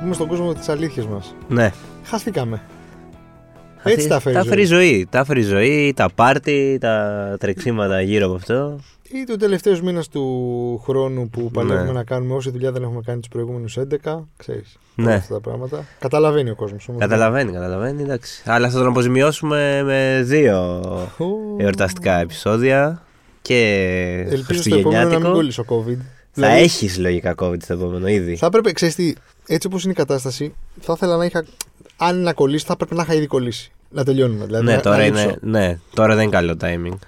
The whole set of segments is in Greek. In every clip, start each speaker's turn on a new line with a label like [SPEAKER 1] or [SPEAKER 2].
[SPEAKER 1] πούμε στον κόσμο τις αλήθειες μας.
[SPEAKER 2] Ναι.
[SPEAKER 1] Χαθήκαμε. Έτσι τα φέρει.
[SPEAKER 2] Τα φέρει η ζωή. Τα φέρει η ζωή, τα πάρτι, τα τρεξίματα γύρω από αυτό.
[SPEAKER 1] Ή του τελευταίους μήνα του χρόνου που παλεύουμε
[SPEAKER 2] Ναι.
[SPEAKER 1] να κάνουμε όση δουλειά δεν έχουμε κάνει τους προηγούμενους 11. Ξέρεις.
[SPEAKER 2] Ναι.
[SPEAKER 1] Αυτά τα πράγματα. Καταλαβαίνει ο κόσμος.
[SPEAKER 2] Καταλαβαίνει, καταλαβαίνει. Εντάξει. Αλλά θα τον αποζημιώσουμε με δύο
[SPEAKER 1] ναι.
[SPEAKER 2] Ε, εορταστικά επεισόδια και
[SPEAKER 1] Ελπίζω στο επόμενο να μην
[SPEAKER 2] χριστουγεννιάτικο.
[SPEAKER 1] κόλλησε ο COVID.
[SPEAKER 2] Θα
[SPEAKER 1] Δηλαδή,
[SPEAKER 2] έχεις λογικά COVID στο επόμενο ήδη.
[SPEAKER 1] Θα έπρεπε, ξέρεις τι, έτσι όπως είναι η κατάσταση, θα ήθελα να είχα. Αν να κολλήσει, θα έπρεπε να είχα ήδη κολλήσει. Να τελειώνουμε. Δηλαδή,
[SPEAKER 2] Ναι,
[SPEAKER 1] να-
[SPEAKER 2] τώρα
[SPEAKER 1] να
[SPEAKER 2] είναι,
[SPEAKER 1] λείψω.
[SPEAKER 2] ναι, τώρα δεν είναι καλό timing.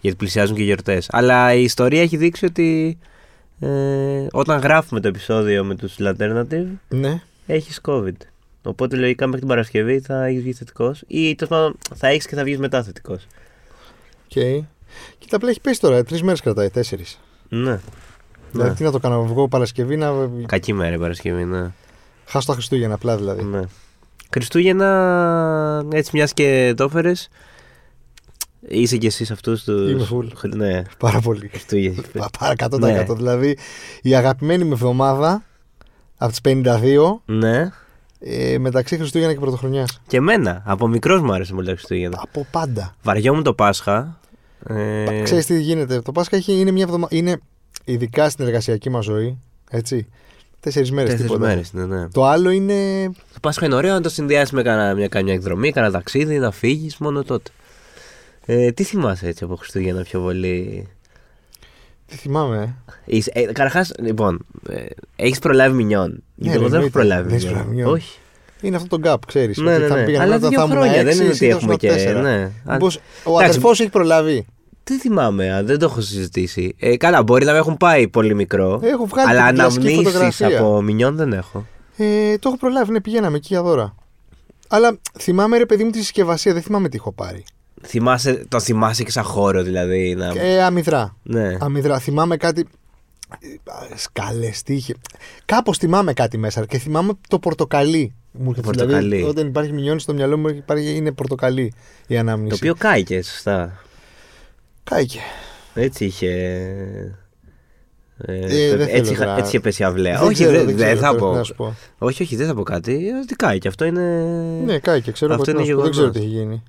[SPEAKER 2] Γιατί πλησιάζουν και γιορτές. Αλλά η ιστορία έχει δείξει ότι ε, όταν γράφουμε το επεισόδιο με τους Alternative,
[SPEAKER 1] Ναι.
[SPEAKER 2] έχεις COVID. Οπότε λογικά μέχρι την Παρασκευή θα έχεις βγει θετικός ή τέλος πάντων θα έχεις και θα βγεις μετά θετικός.
[SPEAKER 1] Okay. Κοίτα, απλά έχει πέσει τώρα. Τρεις μέρες κρατάει, τέσσερις.
[SPEAKER 2] Ναι.
[SPEAKER 1] Δηλαδή, τι να το κάνω, βγω Παρασκευή να
[SPEAKER 2] Κακή μέρα η Παρασκευή, ναι.
[SPEAKER 1] χάσω τα Χριστούγεννα απλά δηλαδή.
[SPEAKER 2] ναι. Χριστούγεννα, έτσι μιας και το έφερες, είσαι κι εσύ αυτούς τους.
[SPEAKER 1] Είμαι full.
[SPEAKER 2] Ναι,
[SPEAKER 1] Πάρα πολύ.
[SPEAKER 2] Χριστούγεννα.
[SPEAKER 1] Πα- Πάρα 100%.
[SPEAKER 2] Ναι.
[SPEAKER 1] Δηλαδή, η αγαπημένη μου εβδομάδα από τις 52
[SPEAKER 2] ναι.
[SPEAKER 1] ε, μεταξύ Χριστούγεννα και Πρωτοχρονιάς.
[SPEAKER 2] Και εμένα. Από μικρός μου άρεσε πολύ τα Χριστούγεννα.
[SPEAKER 1] Από πάντα.
[SPEAKER 2] Βαριόμουν το Πάσχα. Ναι. Ε,
[SPEAKER 1] Ξέρεις τι γίνεται. Το Πάσχα έχει, είναι μια εβδομα... είναι ειδικά στην εργασιακή μας ζωή. Έτσι. Τέσσερις μέρες
[SPEAKER 2] Τέσσερις
[SPEAKER 1] τίποτα.
[SPEAKER 2] μέρες, ναι, ναι.
[SPEAKER 1] Το άλλο είναι.
[SPEAKER 2] Το Πάσχα είναι ωραίο να το συνδυάσεις με κανένα- μια, καμιά εκδρομή, κανένα ταξίδι, να φύγεις μόνο τότε. Ε, τι θυμάσαι έτσι από Χριστούγεννα πιο πολύ.
[SPEAKER 1] Τι θυμάμαι. ε.
[SPEAKER 2] Είσαι- Ε, Καταρχάς, λοιπόν, ε, έχεις προλάβει μηνιών. Γιατί εγώ δεν έχω
[SPEAKER 1] Ναι, εννοείται.
[SPEAKER 2] προλάβει.
[SPEAKER 1] Δεν έχεις
[SPEAKER 2] μηνιών.
[SPEAKER 1] προλάβει μηνιών.
[SPEAKER 2] Όχι.
[SPEAKER 1] Είναι αυτό το gap, ξέρεις.
[SPEAKER 2] Ναι, ναι, ναι. Αλλά δύο χρόνια δεν είναι ότι έχουμε και. Ναι. Αν-
[SPEAKER 1] Μήπως ο
[SPEAKER 2] Εντάξει,
[SPEAKER 1] αδερφός έχει προλάβει.
[SPEAKER 2] Τι θυμάμαι, α, δεν το έχω συζητήσει. Ε, καλά, μπορεί να με έχουν πάει πολύ μικρό.
[SPEAKER 1] Έχω βγάλει
[SPEAKER 2] αλλά
[SPEAKER 1] την κλασική
[SPEAKER 2] αναμνήσεις
[SPEAKER 1] φωτογραφία.
[SPEAKER 2] από μηνιών δεν έχω.
[SPEAKER 1] Ε, το έχω προλάβει, ναι, πηγαίναμε εκεί για δώρα. Αλλά θυμάμαι ρε παιδί μου τη συσκευασία, δεν θυμάμαι τι έχω πάρει.
[SPEAKER 2] Θυμάσαι, το θυμάσαι και σαν χώρο δηλαδή. Να...
[SPEAKER 1] Ε, αμυδρά.
[SPEAKER 2] ναι.
[SPEAKER 1] Αμυδρά. Θυμάμαι κάτι. ε, Σκάλε, είχε. Κάπως θυμάμαι κάτι μέσα και θυμάμαι το πορτοκαλί. Μου έρχεται,
[SPEAKER 2] Πορτοκαλί.
[SPEAKER 1] Δηλαδή, όταν υπάρχει μηνιόνι στο μυαλό μου, υπάρχει, είναι πορτοκαλί η ανάμνηση.
[SPEAKER 2] Το οποίο κάηκες, σωστά.
[SPEAKER 1] Κάηκε.
[SPEAKER 2] Έτσι είχε. Ε,
[SPEAKER 1] Ε, δεν
[SPEAKER 2] έτσι,
[SPEAKER 1] θέλω
[SPEAKER 2] είχα-
[SPEAKER 1] τώρα.
[SPEAKER 2] έτσι έπεσε η αυλαία.
[SPEAKER 1] Δεν
[SPEAKER 2] όχι,
[SPEAKER 1] ξέρω,
[SPEAKER 2] δεν,
[SPEAKER 1] δεν
[SPEAKER 2] δεν
[SPEAKER 1] ξέρω
[SPEAKER 2] θα
[SPEAKER 1] τώρα τι
[SPEAKER 2] πω.
[SPEAKER 1] να σου πω.
[SPEAKER 2] Όχι, όχι, δεν θα πω κάτι. Ε, Τι κάηκε, αυτό είναι.
[SPEAKER 1] Ναι, κάηκε, ξέρω
[SPEAKER 2] Αυτό
[SPEAKER 1] εγώ τι
[SPEAKER 2] είναι
[SPEAKER 1] να σου πω, Δεν ξέρω
[SPEAKER 2] γεγονός.
[SPEAKER 1] τι έχει γίνει.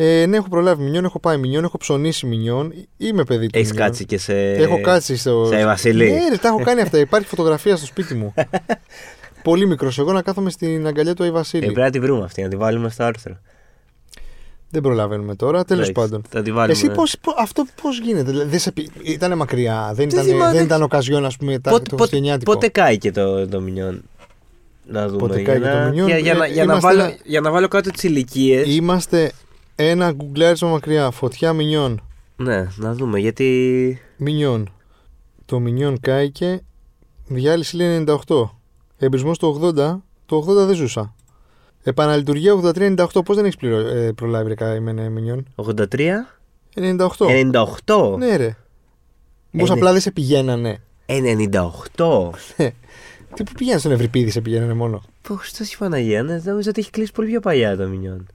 [SPEAKER 1] Ε, ναι, έχω προλάβει μηνιόν, έχω πάει μηνιόν, έχω ψωνίσει μηνιόν. Είμαι παιδί του.
[SPEAKER 2] Έχεις
[SPEAKER 1] μηνιόν.
[SPEAKER 2] κάτσει και σε.
[SPEAKER 1] Έχω κάτσει στο.
[SPEAKER 2] σε Βασιλή.
[SPEAKER 1] Ναι, ρε, τα έχω κάνει αυτά. Υπάρχει φωτογραφία στο σπίτι μου. Πολύ μικρός. Εγώ να κάθομαι στην αγκαλιά του Αϊ
[SPEAKER 2] Ε,
[SPEAKER 1] Βασίλη.
[SPEAKER 2] πρέπει να τη βρούμε αυτή, να τη βάλουμε στο άρθρο.
[SPEAKER 1] Δεν προλαβαίνουμε τώρα. Τέλος
[SPEAKER 2] Εντάξει,
[SPEAKER 1] πάντων.
[SPEAKER 2] Θα τη βάλουμε.
[SPEAKER 1] Εσύ πώς, πο- αυτό πώς γίνεται. Δηλαδή, δεν σε πει- Ήτανε μακριά. Δεν,
[SPEAKER 2] Δεν
[SPEAKER 1] ήταν,
[SPEAKER 2] θυμάμαι.
[SPEAKER 1] δεν ήταν οκαζιόν, ας πούμε, τα,
[SPEAKER 2] πότε,
[SPEAKER 1] το
[SPEAKER 2] πότε,
[SPEAKER 1] χριστιανιάτικο.
[SPEAKER 2] πότε κάηκε το, το μηνιόν. Να δούμε.
[SPEAKER 1] Πότε
[SPEAKER 2] για
[SPEAKER 1] κάηκε
[SPEAKER 2] να-
[SPEAKER 1] το μηνιόν,
[SPEAKER 2] Για, για, να-
[SPEAKER 1] ε,
[SPEAKER 2] για να
[SPEAKER 1] είμαστε
[SPEAKER 2] βάλω,
[SPEAKER 1] ένα-
[SPEAKER 2] για να βάλω κάτω τις ηλικίες.
[SPEAKER 1] Είμαστε ένα γκουγκλάρισμα μακριά. Φωτιά μηνιών.
[SPEAKER 2] Ναι, να δούμε γιατί.
[SPEAKER 1] Μινιόν. Το Μινιόν κάηκε. Διάλυση λέει 98. Εμπρισμό το 80. Το 80 δεν ζούσα. Επαναλειτουργία 83-98. Πώς δεν έχεις ε, προλάβει ρε καημένε Μινιόν.
[SPEAKER 2] 83.
[SPEAKER 1] 98.
[SPEAKER 2] 98.
[SPEAKER 1] Ναι, ρε. Μήπω
[SPEAKER 2] Ε, ναι.
[SPEAKER 1] απλά δεν σε πηγαίνανε. Ε,
[SPEAKER 2] 98.
[SPEAKER 1] Τι που πηγαίνανε στον Ευρυπίδη, σε πηγαίνανε μόνο.
[SPEAKER 2] Πω, Χριστό η Παναγία, ναι, νόμιζα ότι έχει κλείσει πολύ πιο παλιά το Μινιόν.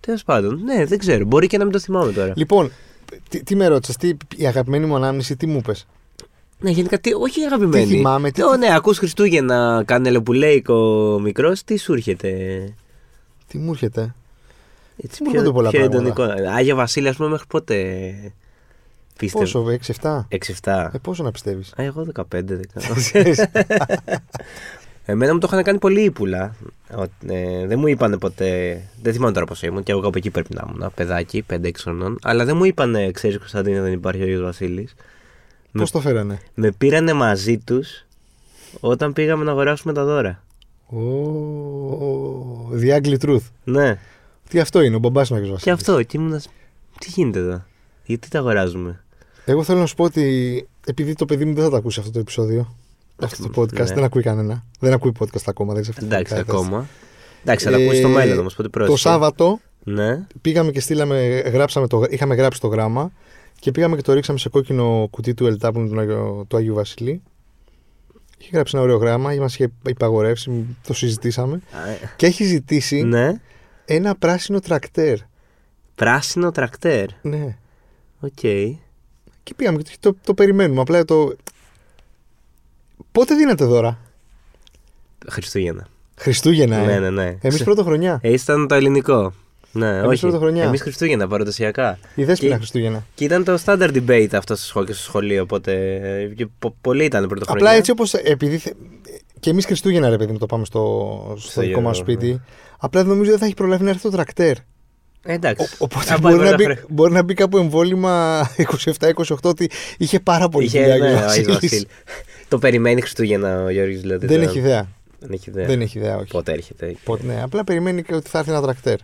[SPEAKER 2] Τέλος πάντων, ναι, δεν ξέρω. Μπορεί και να μην το θυμάμαι τώρα.
[SPEAKER 1] Λοιπόν, τι, τι με ρώτησες, τι, η αγαπημένη μου ανάμνηση, τι μου είπες.
[SPEAKER 2] Ναι, γενικά, τι, όχι αγαπημένη.
[SPEAKER 1] Τι θυμάμαι, τι-
[SPEAKER 2] Ω, ναι, ακούς Χριστούγεννα, κανελοπουλέικο μικρός, τι σου έρχεται.
[SPEAKER 1] Τι μου έρχεται.
[SPEAKER 2] Έτσι,
[SPEAKER 1] Μου έρχονται πολλά
[SPEAKER 2] πιο έντονη
[SPEAKER 1] πράγματα.
[SPEAKER 2] εικόνα. Άγια Βασίλη, ας πούμε, μέχρι πότε. Πίστευε.
[SPEAKER 1] Πόσο, 6-7.
[SPEAKER 2] 6-7.
[SPEAKER 1] Ε, πόσο να πιστεύεις.
[SPEAKER 2] Α, εγώ 15, δεν ξέρω.
[SPEAKER 1] Ναι.
[SPEAKER 2] Εμένα μου το είχαν κάνει πολύ ύπουλα. Ο- ε, δεν μου είπανε ποτέ. Δεν θυμάμαι τώρα πόσο ήμουν και εγώ από εκεί πρέπει να ήμουν. Παιδάκι, 5-6 χρονών. Αλλά δεν μου είπανε, ξέρεις Κωνσταντίνε, δεν υπάρχει ο Ιωσή Βασίλης.
[SPEAKER 1] Πώς το φέρανε.
[SPEAKER 2] Με πήρανε μαζί τους όταν πήγαμε να αγοράσουμε τα δώρα.
[SPEAKER 1] Ο, the ugly truth.
[SPEAKER 2] Ναι,
[SPEAKER 1] Τι αυτό είναι, ο μπαμπάς να ξέρει.
[SPEAKER 2] και αυτό. Και ήμουν. ας- Τι γίνεται εδώ, γιατί τα αγοράζουμε.
[SPEAKER 1] Εγώ θέλω να σου πω ότι επειδή το παιδί μου δεν θα το ακούσει αυτό το επεισόδιο, αυτό το podcast,
[SPEAKER 2] ναι.
[SPEAKER 1] δεν ακούει κανένα. Δεν ακούει podcast ακόμα, δεν ξέρω.
[SPEAKER 2] Εντάξει, ακόμα. Εντάξει, θα τα ακούσει στο μέλλον όμως. Πότε
[SPEAKER 1] Ε, Το
[SPEAKER 2] πρόσεχε.
[SPEAKER 1] Σάββατο
[SPEAKER 2] Ναι.
[SPEAKER 1] πήγαμε και στείλαμε, γράψαμε το, είχαμε γράψει το γράμμα και πήγαμε και το ρίξαμε σε κόκκινο κουτί του Ελτάπουν του, Άγιο- του Αγίου Βασιλή. Είχε γράψει ένα ωραίο γράμμα, μας είχε υπαγορεύσει, το συζητήσαμε.
[SPEAKER 2] Α, ε,
[SPEAKER 1] Και έχει ζητήσει
[SPEAKER 2] Ναι.
[SPEAKER 1] ένα πράσινο τρακτέρ.
[SPEAKER 2] Πράσινο τρακτέρ.
[SPEAKER 1] Ναι.
[SPEAKER 2] Οκ.
[SPEAKER 1] Και πήγαμε και το, το περιμένουμε. Απλά το. Πότε δίνεται δώρα.
[SPEAKER 2] Χριστούγεννα.
[SPEAKER 1] Χριστούγεννα.
[SPEAKER 2] Ναι, ναι, ναι.
[SPEAKER 1] Εμείς πρώτο χρονιά.
[SPEAKER 2] Ε, ήταν το ελληνικό. Ναι,
[SPEAKER 1] Εμείς
[SPEAKER 2] όχι.
[SPEAKER 1] πρωτοχρονιά.
[SPEAKER 2] Εμείς Χριστούγεννα παραδοσιακά.
[SPEAKER 1] Η δέσποινα
[SPEAKER 2] Και-
[SPEAKER 1] Χριστούγεννα.
[SPEAKER 2] Και ήταν το standard debate αυτό στο σχολείο, στο σχολείο οπότε ε, και πο- πολλοί ήταν πρωτοχρονιά.
[SPEAKER 1] Απλά έτσι όπως. Επειδή. θε- Και εμείς Χριστούγεννα, ρε παιδί μου, το πάμε στο, στο
[SPEAKER 2] Στο
[SPEAKER 1] δικό μα
[SPEAKER 2] γιο, ναι.
[SPEAKER 1] σπίτι. Απλά νομίζω δεν θα έχει προλάβει να έρθει το τρακτέρ.
[SPEAKER 2] Ε, εντάξει.
[SPEAKER 1] Ο- οπότε
[SPEAKER 2] Θα πάει
[SPEAKER 1] μπορεί να, μπει,
[SPEAKER 2] πρωτοχρονιά.
[SPEAKER 1] μπορεί να μπει κάπου εμβόλυμα 27-28 ότι είχε πάρα πολύ
[SPEAKER 2] Είχε,
[SPEAKER 1] δουλειά. και
[SPEAKER 2] ναι,
[SPEAKER 1] ο
[SPEAKER 2] ο Άγιος
[SPEAKER 1] Βασίλης.
[SPEAKER 2] Βασίλης. Το περιμένει Χριστούγεννα ο Γιώργης δηλαδή.
[SPEAKER 1] Δεν έχει ιδέα.
[SPEAKER 2] Δεν έχει ιδέα.
[SPEAKER 1] Δεν έχει ιδέα, όχι.
[SPEAKER 2] Πότε έρχεται.
[SPEAKER 1] Πότε, ναι, απλά περιμένει και ότι θα έρθει ένα τρακτέρ.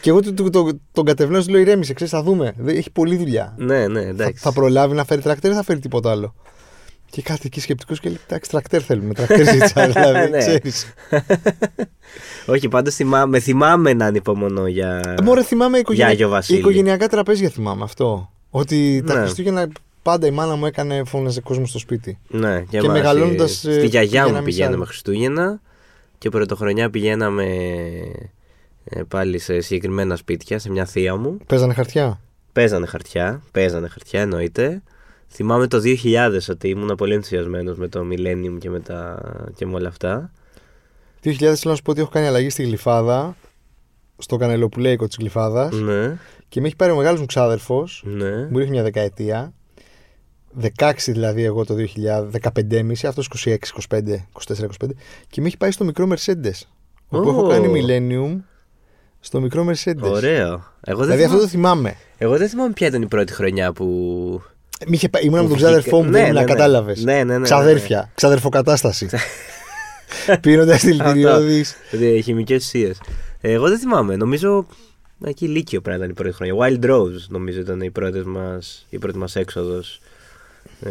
[SPEAKER 1] και εγώ του- του- το- τον κατευνάω, του λέω ηρέμησε, ξέρεις, θα δούμε. Δεν- Έχει πολλή δουλειά.
[SPEAKER 2] Ναι, ναι,
[SPEAKER 1] θα,
[SPEAKER 2] εντάξει.
[SPEAKER 1] θα προλάβει να φέρει τρακτέρ ή θα φέρει τίποτα άλλο. Και κάτι εκεί σκεπτικός και λέει: Εντάξει, τρακτέρ θέλουμε. Τρακτέρ ζήτησα, δηλαδή.
[SPEAKER 2] Ναι.
[SPEAKER 1] ξέρεις.
[SPEAKER 2] Όχι, πάντως θυμάμαι, θυμάμαι να ανυπομονώ για.
[SPEAKER 1] Ε, Μωρέ, θυμάμαι οικογενεια-
[SPEAKER 2] Γιάγιο Βασίλη.
[SPEAKER 1] οικογενειακά τραπέζια, θυμάμαι αυτό. Ότι τα
[SPEAKER 2] Ναι.
[SPEAKER 1] Χριστούγεννα πάντα η μάνα μου έκανε φώναζε κόσμο στο σπίτι.
[SPEAKER 2] Ναι, για
[SPEAKER 1] Και
[SPEAKER 2] μας,
[SPEAKER 1] μεγαλώνοντας,
[SPEAKER 2] ε,
[SPEAKER 1] ε,
[SPEAKER 2] Στη γιαγιά
[SPEAKER 1] πηγαίναμε
[SPEAKER 2] μου
[SPEAKER 1] σε
[SPEAKER 2] πηγαίναμε
[SPEAKER 1] άλλο.
[SPEAKER 2] Χριστούγεννα και πρωτοχρονιά πηγαίναμε ε, πάλι σε συγκεκριμένα σπίτια, σε μια θεία μου.
[SPEAKER 1] Παίζανε χαρτιά.
[SPEAKER 2] Παίζανε χαρτιά, παίζανε χαρτιά εννοείται. Θυμάμαι το 2000 ότι ήμουν πολύ ενθουσιασμένος με το Millennium και με, τα... και με όλα αυτά.
[SPEAKER 1] 2000 θέλω να σου πω ότι έχω κάνει αλλαγή στη γλυφάδα, στο κανελοπουλέικο της γλυφάδας
[SPEAKER 2] Ναι,
[SPEAKER 1] και με έχει πάρει ο μεγάλος μου ξάδερφος,
[SPEAKER 2] ναι.
[SPEAKER 1] μου ρίχνει μια δεκαετία. 16 δηλαδή εγώ το 2000, 15,5, αυτό 26, 25, 24, 25 και με έχει πάει στο μικρό Mercedes. Όπου
[SPEAKER 2] Ω.
[SPEAKER 1] έχω κάνει Millennium στο μικρό Mercedes.
[SPEAKER 2] Ωραίο. Εγώ δεν,
[SPEAKER 1] Δηλαδή αυτό
[SPEAKER 2] θυμάμαι...
[SPEAKER 1] το θυμάμαι.
[SPEAKER 2] Εγώ δεν θυμάμαι ποια ήταν η πρώτη χρονιά που.
[SPEAKER 1] Ε, μη είχε πα- Ήμουν με τον
[SPEAKER 2] Βγήκα-
[SPEAKER 1] ξάδερφό μου,
[SPEAKER 2] Ναι,
[SPEAKER 1] δεν
[SPEAKER 2] ναι,
[SPEAKER 1] ήμουν,
[SPEAKER 2] ναι.
[SPEAKER 1] κατάλαβες.
[SPEAKER 2] Ναι, ναι, ναι, ναι, ναι.
[SPEAKER 1] Ξαδέρφια, ξαδερφοκατάσταση. Πίνοντας δηλητηριώδη.
[SPEAKER 2] Δε- δηλαδή, Χημικές ουσίες. Ε, Εγώ δεν θυμάμαι. Νομίζω εκεί Λύκειο πρέπει να ήταν η πρώτη χρονιά. Wild Rose νομίζω ήταν η πρώτη μας, η πρώτη μας έξοδος ε,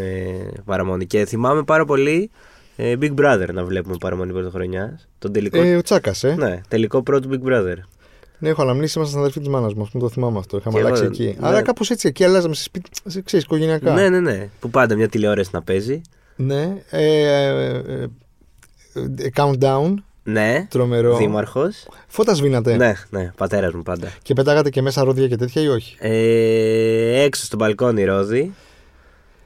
[SPEAKER 2] παραμονή. Και θυμάμαι πάρα πολύ ε, Big Brother να βλέπουμε παραμονή πρωτοχρονιά. Τον τελικό,
[SPEAKER 1] Ε, ο Τσάκας, ε.
[SPEAKER 2] ναι, τελικό πρώτο Big Brother.
[SPEAKER 1] Ναι, έχω αναμνήσει, ήμασταν αδερφοί της μάνας μου. Αυτό το θυμάμαι αυτό. Είχαμε
[SPEAKER 2] Και εγώ,
[SPEAKER 1] αλλάξει εκεί.
[SPEAKER 2] ναι.
[SPEAKER 1] Άρα κάπως έτσι εκεί αλλάζαμε σε σπίτι, σε- ξέρεις, οικογενειακά.
[SPEAKER 2] Ναι, ναι, ναι. Που πάντα μια τηλεόραση να παίζει.
[SPEAKER 1] Ναι, ε, ε, ε, ε, countdown,
[SPEAKER 2] Ναι.
[SPEAKER 1] τρομερό. Ε.
[SPEAKER 2] Δήμαρχος.
[SPEAKER 1] Φώτας σβήνατε.
[SPEAKER 2] Ναι, ναι, πατέρας μου πάντα.
[SPEAKER 1] Και πετάγατε και μέσα ρόδια και τέτοια ή όχι.
[SPEAKER 2] Ε, έξω στο μπαλκόνι ρόδι.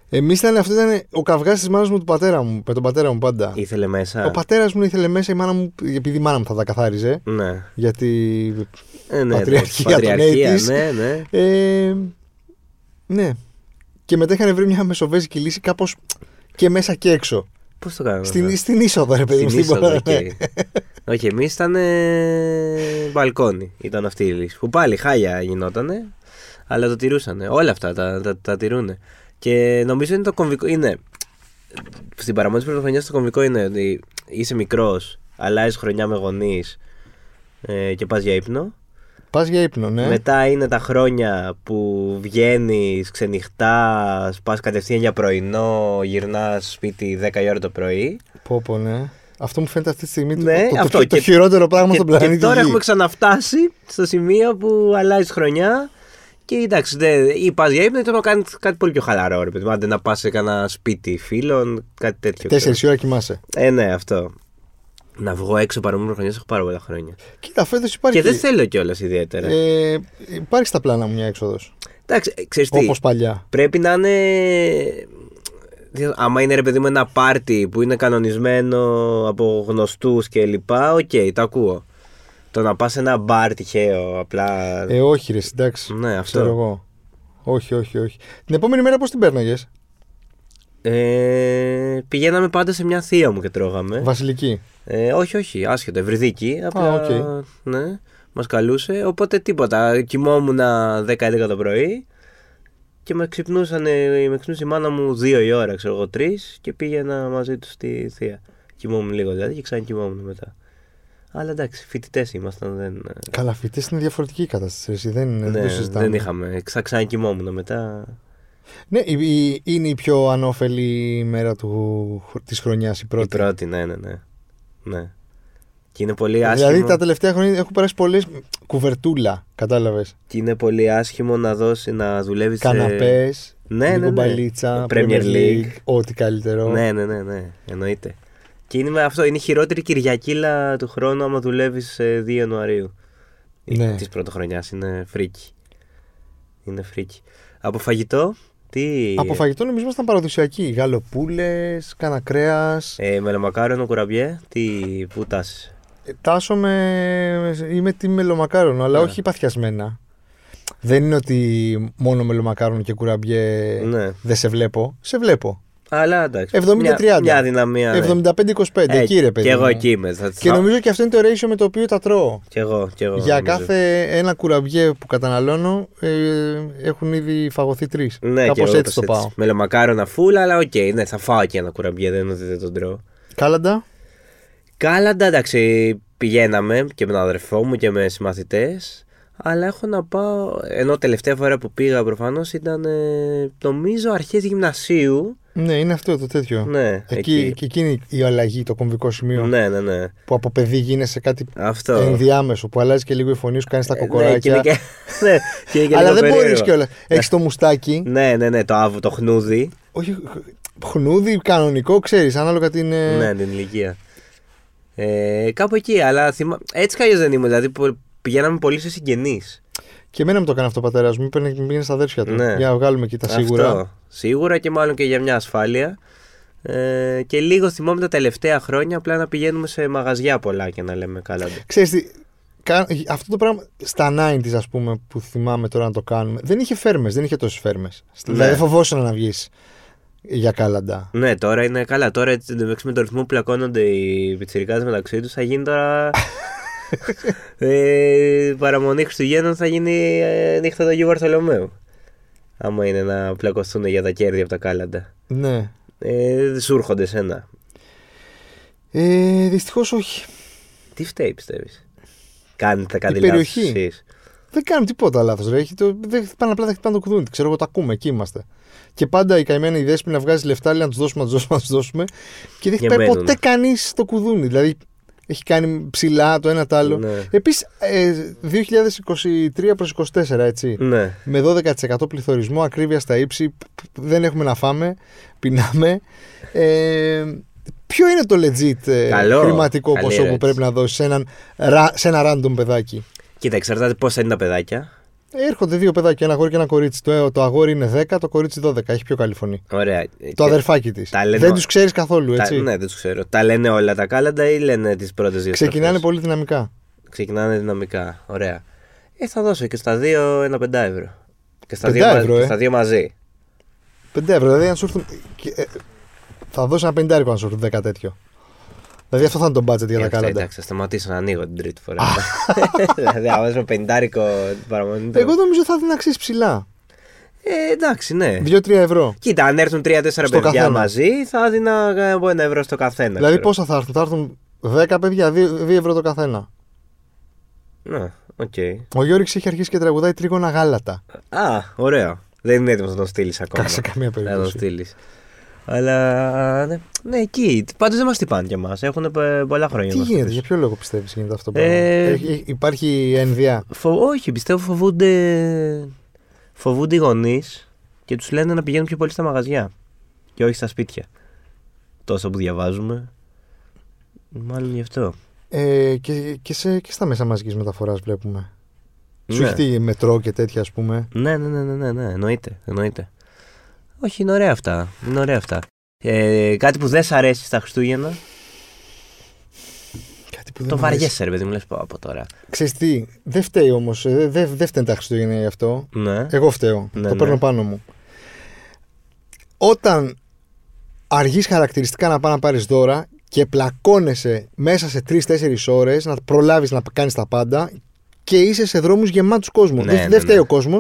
[SPEAKER 1] Εμείς ήταν, αυτό ήταν ο καυγάς της μάνας μου του πατέρα μου. Με τον πατέρα μου πάντα.
[SPEAKER 2] Ήθελε μέσα.
[SPEAKER 1] Ο πατέρας μου ήθελε μέσα, η μάνα μου, επειδή η μάνα μου θα τα καθάριζε.
[SPEAKER 2] Ναι.
[SPEAKER 1] Γιατί.
[SPEAKER 2] Ε, ναι,
[SPEAKER 1] Πατριαρχία,
[SPEAKER 2] ναι,
[SPEAKER 1] τον
[SPEAKER 2] πατριαρχία,
[SPEAKER 1] AIDS.
[SPEAKER 2] ναι, ναι.
[SPEAKER 1] Ε, ναι. Και μετά είχαν βρει μια μεσοβέζικη λύση κάπως και μέσα και έξω.
[SPEAKER 2] Πώς το κάναμε. αυτό?
[SPEAKER 1] Στην, στην είσοδο, ρε παιδί μου. ναι.
[SPEAKER 2] Στην
[SPEAKER 1] Στην
[SPEAKER 2] είσοδο,
[SPEAKER 1] είσοδο,
[SPEAKER 2] οκ. Όχι, εμείς ήταν ε, μπαλκόνι. Ήταν αυτή η λύση. Που πάλι χάλια γινότανε, αλλά το τηρούσανε. Όλα αυτά τα, τα, τα τηρούνε. Και νομίζω είναι το κομβικό. Είναι, στην παραμονή της πρωτοχρονιάς το κομβικό είναι ότι είσαι μικρός, αλλάζεις χρονιά με γονείς ε, και πας για ύπνο.
[SPEAKER 1] Πας για ύπνο, ναι.
[SPEAKER 2] Μετά είναι τα χρόνια που βγαίνεις, ξενυχτάς, πας κατευθείαν για πρωινό, γυρνάς σπίτι 10 η ώρα το πρωί.
[SPEAKER 1] Πω, πω, ναι. Αυτό μου φαίνεται αυτή τη στιγμή το-
[SPEAKER 2] Ναι,
[SPEAKER 1] το, το,
[SPEAKER 2] αυτό
[SPEAKER 1] το,
[SPEAKER 2] και-
[SPEAKER 1] χειρότερο πράγμα
[SPEAKER 2] και,
[SPEAKER 1] στον πλανήτη.
[SPEAKER 2] και τώρα
[SPEAKER 1] Γη.
[SPEAKER 2] έχουμε ξαναφτάσει στο σημείο που αλλάζεις χρονιά. Και εντάξει, δε, ή πα για ύπνο, ή τώρα κάνει κάτι πολύ πιο χαλαρό. Ρε, παιδί μου. Άντε να πας σε κανένα σπίτι φίλων, κάτι τέτοιο.
[SPEAKER 1] Τέσσερις ώρα κοιμάσαι.
[SPEAKER 2] Ε, ναι, αυτό. Να βγω έξω παρόμοιε χρονιά, έχω πάρα πολλά χρόνια.
[SPEAKER 1] Κοίτα, φέτος υπάρχει.
[SPEAKER 2] Και δεν θέλω κιόλας ιδιαίτερα.
[SPEAKER 1] ε, υπάρχει στα πλάνα μου μια έξοδος.
[SPEAKER 2] εντάξει, ε, ξέρεις τι.
[SPEAKER 1] Όπως παλιά.
[SPEAKER 2] Πρέπει να είναι. δηλαδή, Άμα είναι ρε παιδί μου ένα πάρτι που είναι κανονισμένο από γνωστούς και λοιπά, οκ, το ακούω. Το να πας σε ένα μπαρ τυχαίο, απλά.
[SPEAKER 1] Ε, όχι, ρε, εντάξει.
[SPEAKER 2] ναι, αυτό.
[SPEAKER 1] Ξέρω εγώ. Όχι, όχι, όχι. Την επόμενη μέρα πώς την πέρναγε,
[SPEAKER 2] Ε, πηγαίναμε πάντα σε μια θεία μου και τρώγαμε.
[SPEAKER 1] Βασιλική.
[SPEAKER 2] Ε, όχι, όχι, άσχετο, ευρυδίκη. Απλά,
[SPEAKER 1] Α, οκ.
[SPEAKER 2] ναι, μας καλούσε. Οπότε τίποτα. Κοιμόμουν 10-11 το πρωί και με ξυπνούσαν, με ξυπνούσε η μάνα μου 2 η ώρα, ξέρω εγώ, 3 και πήγαινα μαζί του στη θεία. Κοιμόμουν λίγο δηλαδή και ξανακοιμόμουν μετά. Αλλά εντάξει, φοιτητές ήμασταν. Δεν,
[SPEAKER 1] Καλά, φοιτέ είναι διαφορετική η κατάσταση. έτσι, Δεν, είναι- δεν
[SPEAKER 2] ναι,
[SPEAKER 1] το συζητάμε.
[SPEAKER 2] δεν είχαμε. Ξα, ξανακοιμόμουν μετά.
[SPEAKER 1] Ναι, η- η- είναι η πιο ανώφελη μέρα της χρονιάς η πρώτη.
[SPEAKER 2] Η πρώτη, ναι, ναι, ναι. ναι. Και είναι πολύ άσχημο.
[SPEAKER 1] Δηλαδή τα τελευταία χρόνια έχουν περάσει πολλές κουβερτούλα, κατάλαβες.
[SPEAKER 2] Και είναι πολύ άσχημο να δώσει να δουλεύεις.
[SPEAKER 1] Καναπές,
[SPEAKER 2] Ναι, ναι, ναι.
[SPEAKER 1] κουμπαλίτσα,
[SPEAKER 2] Premier League.
[SPEAKER 1] ό,τι καλύτερο.
[SPEAKER 2] Ναι, ναι, ναι, ναι, εννοείται. Και είναι με αυτό, είναι η χειρότερη Κυριακήλα του χρόνου άμα δουλεύεις 2 Ιανουαρίου. Ε,
[SPEAKER 1] Ναι.
[SPEAKER 2] Της πρωτοχρονιάς είναι φρίκι. Είναι φρίκι. Από φαγητό, Τι.
[SPEAKER 1] Από φαγητό νομίζω ήταν παραδοσιακή. Γαλοπούλε, κανένα κρέας.
[SPEAKER 2] Ε, μελομακάρονο κουραμπιέ, τι πουτάς.
[SPEAKER 1] Ε, Τάσο με. είμαι τι μελομακάρονο, αλλά
[SPEAKER 2] Ναι.
[SPEAKER 1] όχι παθιασμένα. Δεν είναι ότι μόνο μελομακάρονο και κουραμπιέ
[SPEAKER 2] Ναι.
[SPEAKER 1] δεν σε βλέπω. Σε βλέπω.
[SPEAKER 2] Αλλά εντάξει.
[SPEAKER 1] 70-30.
[SPEAKER 2] Μια, μια δυναμία. ναι.
[SPEAKER 1] 75-25,
[SPEAKER 2] Ε,
[SPEAKER 1] εκεί ρε παιδί.
[SPEAKER 2] Κι εγώ
[SPEAKER 1] μου.
[SPEAKER 2] εκεί είμαι. Θα...
[SPEAKER 1] Και
[SPEAKER 2] θα-
[SPEAKER 1] νομίζω και αυτό είναι το ratio με το οποίο τα τρώω.
[SPEAKER 2] Κι εγώ, κι εγώ.
[SPEAKER 1] Για
[SPEAKER 2] νομίζω.
[SPEAKER 1] κάθε ένα κουραμπιέ που καταναλώνω ε, έχουν ήδη φαγωθεί τρεις.
[SPEAKER 2] Ναι, κι
[SPEAKER 1] Κάπως
[SPEAKER 2] εγώ
[SPEAKER 1] έτσι το
[SPEAKER 2] κάπως
[SPEAKER 1] πάω.
[SPEAKER 2] Μελομακάρονα φούλα, αλλά οκ, ναι, θα φάω και ένα κουραμπιέ, δεν είναι ότι δεν τον τρώω.
[SPEAKER 1] Κάλαντα.
[SPEAKER 2] Κάλαντα, εντάξει, πηγαίναμε και με τον αδερφό μου και με συμμαθητές. Αλλά έχω να πάω. Ενώ τελευταία φορά που πήγα προφανώς ήταν ε, νομίζω αρχές γυμνασίου.
[SPEAKER 1] Ναι, είναι αυτό το τέτοιο.
[SPEAKER 2] Ναι,
[SPEAKER 1] Εκεί, και εκείνη η αλλαγή, το κομβικό σημείο.
[SPEAKER 2] Ναι, ναι, ναι.
[SPEAKER 1] Που από παιδί γίνεσαι κάτι
[SPEAKER 2] Αυτό.
[SPEAKER 1] ενδιάμεσο, που αλλάζει και λίγο η φωνή σου, κάνεις τα
[SPEAKER 2] Ε, Ναι, και
[SPEAKER 1] κοκοράκια.
[SPEAKER 2] είναι και... ναι, και είναι και
[SPEAKER 1] Αλλά
[SPEAKER 2] λίγο
[SPEAKER 1] δεν μπορείς
[SPEAKER 2] περίεργο.
[SPEAKER 1] κιόλας. Έχεις το μουστάκι.
[SPEAKER 2] Ναι, ναι, ναι, το άβο, το χνούδι.
[SPEAKER 1] Όχι, χ- χνούδι, κανονικό, ξέρεις, ανάλογα την. ε,
[SPEAKER 2] Ναι, την ηλικία. Ε, κάπου εκεί, αλλά θυμα... έτσι καλώ δεν ήμουν. Δηλαδή πο- πηγαίναμε πολύ σε συγγενείς.
[SPEAKER 1] Και εμένα μου το έκανε αυτό ο πατέρας μου. Μου είπε να πήγαινε στα αδέρφια του.
[SPEAKER 2] Ναι.
[SPEAKER 1] Για να βγάλουμε και τα σίγουρα.
[SPEAKER 2] Σίγουρα και μάλλον και για μια ασφάλεια. Ε, και λίγο θυμόμαι τα τελευταία χρόνια απλά να πηγαίνουμε σε μαγαζιά πολλά και να λέμε καλά.
[SPEAKER 1] Ξέρεις τι, κα- αυτό το πράγμα στα 90s ας πούμε που θυμάμαι τώρα να το κάνουμε δεν είχε φέρμες, δεν είχε τόσες φέρμες.
[SPEAKER 2] Ναι.
[SPEAKER 1] Δηλαδή φοβόσουν να βγεις για κάλαντα.
[SPEAKER 2] Ναι, τώρα είναι καλά. Τώρα έτσι, εν τω μεταξύ, με το ρυθμό που πλακώνονται οι πιτσιρικάδες μεταξύ τους θα γίνει τώρα. ε, παραμονή Χριστουγέννων θα γίνει ε, νύχτα του Αγίου Βαρθολομαίου. Άμα είναι να πλακωθούν για τα κέρδη από τα κάλαντα.
[SPEAKER 1] Ναι.
[SPEAKER 2] Ε, δεν σου έρχονται σένα.
[SPEAKER 1] Ε, δυστυχώς όχι.
[SPEAKER 2] Τι φταίει, πιστεύεις. Κάνετε κάτι
[SPEAKER 1] Η
[SPEAKER 2] λάθος
[SPEAKER 1] περιοχή.
[SPEAKER 2] εσείς.
[SPEAKER 1] Δεν κάνουν τίποτα λάθος ρε. Έχει το, δεν, πάνε απλά θα χτυπάνε το κουδούνι. Ξέρω εγώ το ακούμε, εκεί είμαστε. Και πάντα η καημένη η δέσπη να βγάζει λεφτά, λέει να τους δώσουμε, να τους δώσουμε, να τους δώσουμε. Και δεν
[SPEAKER 2] Και
[SPEAKER 1] έχει πάει
[SPEAKER 2] μένουν.
[SPEAKER 1] ποτέ κανείς το κουδούνι. Δηλαδή έχει κάνει ψηλά το ένα το άλλο.
[SPEAKER 2] Ναι.
[SPEAKER 1] Επίσης, ε, 2023 προ 24, έτσι.
[SPEAKER 2] Ναι.
[SPEAKER 1] με 12% πληθωρισμό, ακρίβεια στα ύψη, π- π- δεν έχουμε να φάμε, πεινάμε. Ε, ποιο είναι το legit ε,
[SPEAKER 2] Καλό.
[SPEAKER 1] χρηματικό
[SPEAKER 2] Καλή
[SPEAKER 1] ποσό που
[SPEAKER 2] ερώτηση.
[SPEAKER 1] πρέπει να δώσεις σε, έναν, ρα- σε ένα random παιδάκι.
[SPEAKER 2] Κοίτα, εξαρτάται πόσα είναι τα παιδάκια.
[SPEAKER 1] Έρχονται δύο παιδάκια, ένα αγόρι και ένα κορίτσι. Το, ε, το αγόρι είναι 10, το κορίτσι 12. Έχει πιο καλή φωνή.
[SPEAKER 2] Ωραία.
[SPEAKER 1] Το
[SPEAKER 2] Ε, Και-
[SPEAKER 1] αδερφάκι της.
[SPEAKER 2] τα λένε
[SPEAKER 1] Δεν
[SPEAKER 2] ό-
[SPEAKER 1] τους ξέρεις καθόλου,
[SPEAKER 2] τα-
[SPEAKER 1] έτσι.
[SPEAKER 2] Ναι, δεν τους ξέρω. Τα λένε όλα τα κάλαντα ή λένε τις πρώτες δύο
[SPEAKER 1] Ξεκινάνε
[SPEAKER 2] στροφές?
[SPEAKER 1] πολύ δυναμικά.
[SPEAKER 2] Ξεκινάνε δυναμικά. Ωραία. Ε, θα δώσω και στα δύο ένα πεντά ευρώ. Και στα,
[SPEAKER 1] Πεντά
[SPEAKER 2] δύο, μα-
[SPEAKER 1] ευρώ, ε.
[SPEAKER 2] και στα δύο μαζί.
[SPEAKER 1] 5 ευρώ, δηλαδή αν σου έρθουν. και, ε, θα δώσω ένα πεντάρικο αν σου έρθουν 10 τέτοιο. Δηλαδή αυτό θα είναι το budget για
[SPEAKER 2] Ε,
[SPEAKER 1] τα
[SPEAKER 2] αυτά,
[SPEAKER 1] κάλαντα.
[SPEAKER 2] Εντάξει, θα σταματήσω να ανοίγω την τρίτη φορά. δηλαδή, άμα με πεντάρικο την παραμονή. το-
[SPEAKER 1] Εγώ νομίζω θα δίνει αξίε ψηλά.
[SPEAKER 2] Ε, εντάξει, ναι.
[SPEAKER 1] 2-3 ευρώ.
[SPEAKER 2] Κοίτα, αν έρθουν τρία-τέσσερα
[SPEAKER 1] Στο
[SPEAKER 2] παιδιά
[SPEAKER 1] καθένα.
[SPEAKER 2] μαζί, θα δίνα ε, από ένα ευρώ στο καθένα.
[SPEAKER 1] Δηλαδή
[SPEAKER 2] ξέρω.
[SPEAKER 1] πόσα θα έρθουν, θα έρθουν 10 παιδιά, 2, ευρώ το καθένα.
[SPEAKER 2] Ναι, οκ.
[SPEAKER 1] Ο Γιώργης έχει αρχίσει και τραγουδάει τρίγωνα γάλατα.
[SPEAKER 2] Α, ωραίο. Δεν είναι έτοιμος να τον στείλεις ακόμα.
[SPEAKER 1] σε καμία
[SPEAKER 2] Να τον
[SPEAKER 1] περίπτωση.
[SPEAKER 2] στείλεις. Αλλά ναι, ναι εκεί. Πάντως δεν μας τυπάνε κι εμάς. Έχουν πε- ε, πολλά χρόνια.
[SPEAKER 1] Τι
[SPEAKER 2] να μας
[SPEAKER 1] γίνεται, για
[SPEAKER 2] χτυπήσουν.
[SPEAKER 1] ποιο λόγο πιστεύεις γίνεται αυτό το
[SPEAKER 2] Ε,
[SPEAKER 1] πράγμα. Έχει- υπάρχει ενδιά.
[SPEAKER 2] Φο- Όχι, πιστεύω φοβούνται, φοβούνται οι γονείς και τους λένε να πηγαίνουν πιο πολύ στα μαγαζιά και όχι στα σπίτια. Τόσα που διαβάζουμε. Μάλλον γι' αυτό.
[SPEAKER 1] Ε, και, και, σε, και στα μέσα μαζικής μεταφοράς βλέπουμε. Σου
[SPEAKER 2] Ναι.
[SPEAKER 1] έχει τύχει μετρό και τέτοια, ας πούμε.
[SPEAKER 2] Ναι, ναι, ναι, ναι, ναι, ναι, εννοείται, εννοείται. Όχι, είναι ωραία αυτά. Είναι ωραία αυτά. Ε, κάτι που δεν σ' αρέσει στα Χριστούγεννα,
[SPEAKER 1] Κάτι που δεν
[SPEAKER 2] το
[SPEAKER 1] μου αρέσει.
[SPEAKER 2] βαριέσαι, ρε παιδί μου, λες από τώρα.
[SPEAKER 1] Ξέρεις τι, δεν φταίει όμως. Δεν δε, δε φταίνε τα Χριστούγεννα γι' αυτό.
[SPEAKER 2] Ναι.
[SPEAKER 1] Εγώ φταίω.
[SPEAKER 2] Ναι,
[SPEAKER 1] το
[SPEAKER 2] ναι.
[SPEAKER 1] παίρνω πάνω μου. Όταν αργείς χαρακτηριστικά να πάει να πάρεις δώρα και πλακώνεσαι μέσα σε 3-4 ώρες να προλάβεις να κάνεις τα πάντα και είσαι σε δρόμους γεμάτους κόσμου.
[SPEAKER 2] Ναι,
[SPEAKER 1] δεν
[SPEAKER 2] ναι,
[SPEAKER 1] δεν φταίει
[SPEAKER 2] ναι.
[SPEAKER 1] ο κόσμο,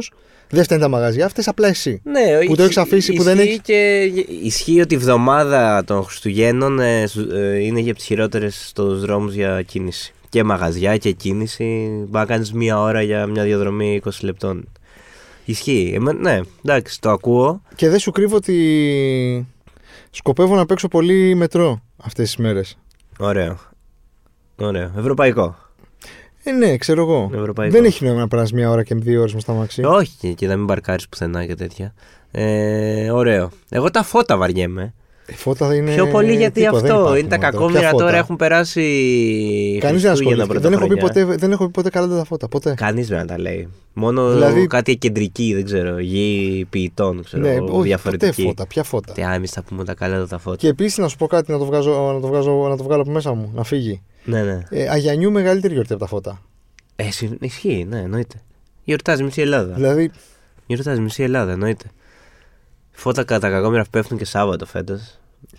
[SPEAKER 1] δεν φταίνε τα μαγαζιά, φταίει απλά εσύ.
[SPEAKER 2] Ναι,
[SPEAKER 1] Που το έχεις αφήσει, που δεν
[SPEAKER 2] ισχύει
[SPEAKER 1] έχεις-
[SPEAKER 2] Και, ισχύει ότι η εβδομάδα των Χριστουγέννων ε, σου- ε, είναι για τις χειρότερες στους δρόμους για κίνηση. Και μαγαζιά και κίνηση. Μπορεί να κάνεις μία ώρα για μια διαδρομή 20 λεπτών. Ισχύει. Εμέ- ναι, εντάξει, το ακούω.
[SPEAKER 1] Και δεν σου κρύβω ότι σκοπεύω να παίξω πολύ μετρό αυτές τις μέρες.
[SPEAKER 2] Ωραίο. Ωραίο. Ευρωπαϊκό.
[SPEAKER 1] Ε, ναι, ξέρω εγώ.
[SPEAKER 2] Ευρωπαϊκό.
[SPEAKER 1] Δεν έχει νόημα να περάσει μία ώρα και δύο ώρες με στα μαξί.
[SPEAKER 2] Όχι, και να μην παρκάρει πουθενά και τέτοια. Ε, ωραίο. Εγώ τα φώτα βαριέμαι.
[SPEAKER 1] Ε, Φώτα είναι.
[SPEAKER 2] Πιο πολύ γιατί
[SPEAKER 1] τίποτα, δεν
[SPEAKER 2] αυτό.
[SPEAKER 1] υπάρχουν
[SPEAKER 2] Είναι τα
[SPEAKER 1] τώρα. Ποια
[SPEAKER 2] κακόμοιρα
[SPEAKER 1] φώτα.
[SPEAKER 2] τώρα έχουν περάσει.
[SPEAKER 1] Κανείς δεν
[SPEAKER 2] Χριστούγεννα,
[SPEAKER 1] ασχολείται. Δεν έχω, πει
[SPEAKER 2] Πρωτοχρονιά.
[SPEAKER 1] ποτέ, δεν έχω πει ποτέ καλά τα φώτα. Ποτέ.
[SPEAKER 2] Κανείς δεν τα λέει. Μόνο
[SPEAKER 1] Δηλαδή-
[SPEAKER 2] κάτι κεντρική, δεν ξέρω, γη ποιητών, ξέρω
[SPEAKER 1] ναι,
[SPEAKER 2] εγώ,
[SPEAKER 1] όχι, ποτέ
[SPEAKER 2] διαφορετική.
[SPEAKER 1] φώτα. Ποια φώτα.
[SPEAKER 2] Τι άμεσα θα πούμε τα καλά τα φώτα.
[SPEAKER 1] Και επίσης να σου πω κάτι να το, βγάζω, να, το βγάζω, να το βγάλω από μέσα μου, να φύγει.
[SPEAKER 2] Ναι, ναι.
[SPEAKER 1] Ε, Αγιανιού μεγαλύτερη γιορτή από τα φώτα.
[SPEAKER 2] Ε, συ- ισχύει, ναι, εννοείται. Γιορτάζει μισή Ελλάδα.
[SPEAKER 1] Δηλαδή,
[SPEAKER 2] Γιορτάζει μισή Ελλάδα, εννοείται. Φώτα κατά κακόμοιρα πέφτουν και Σάββατο φέτος.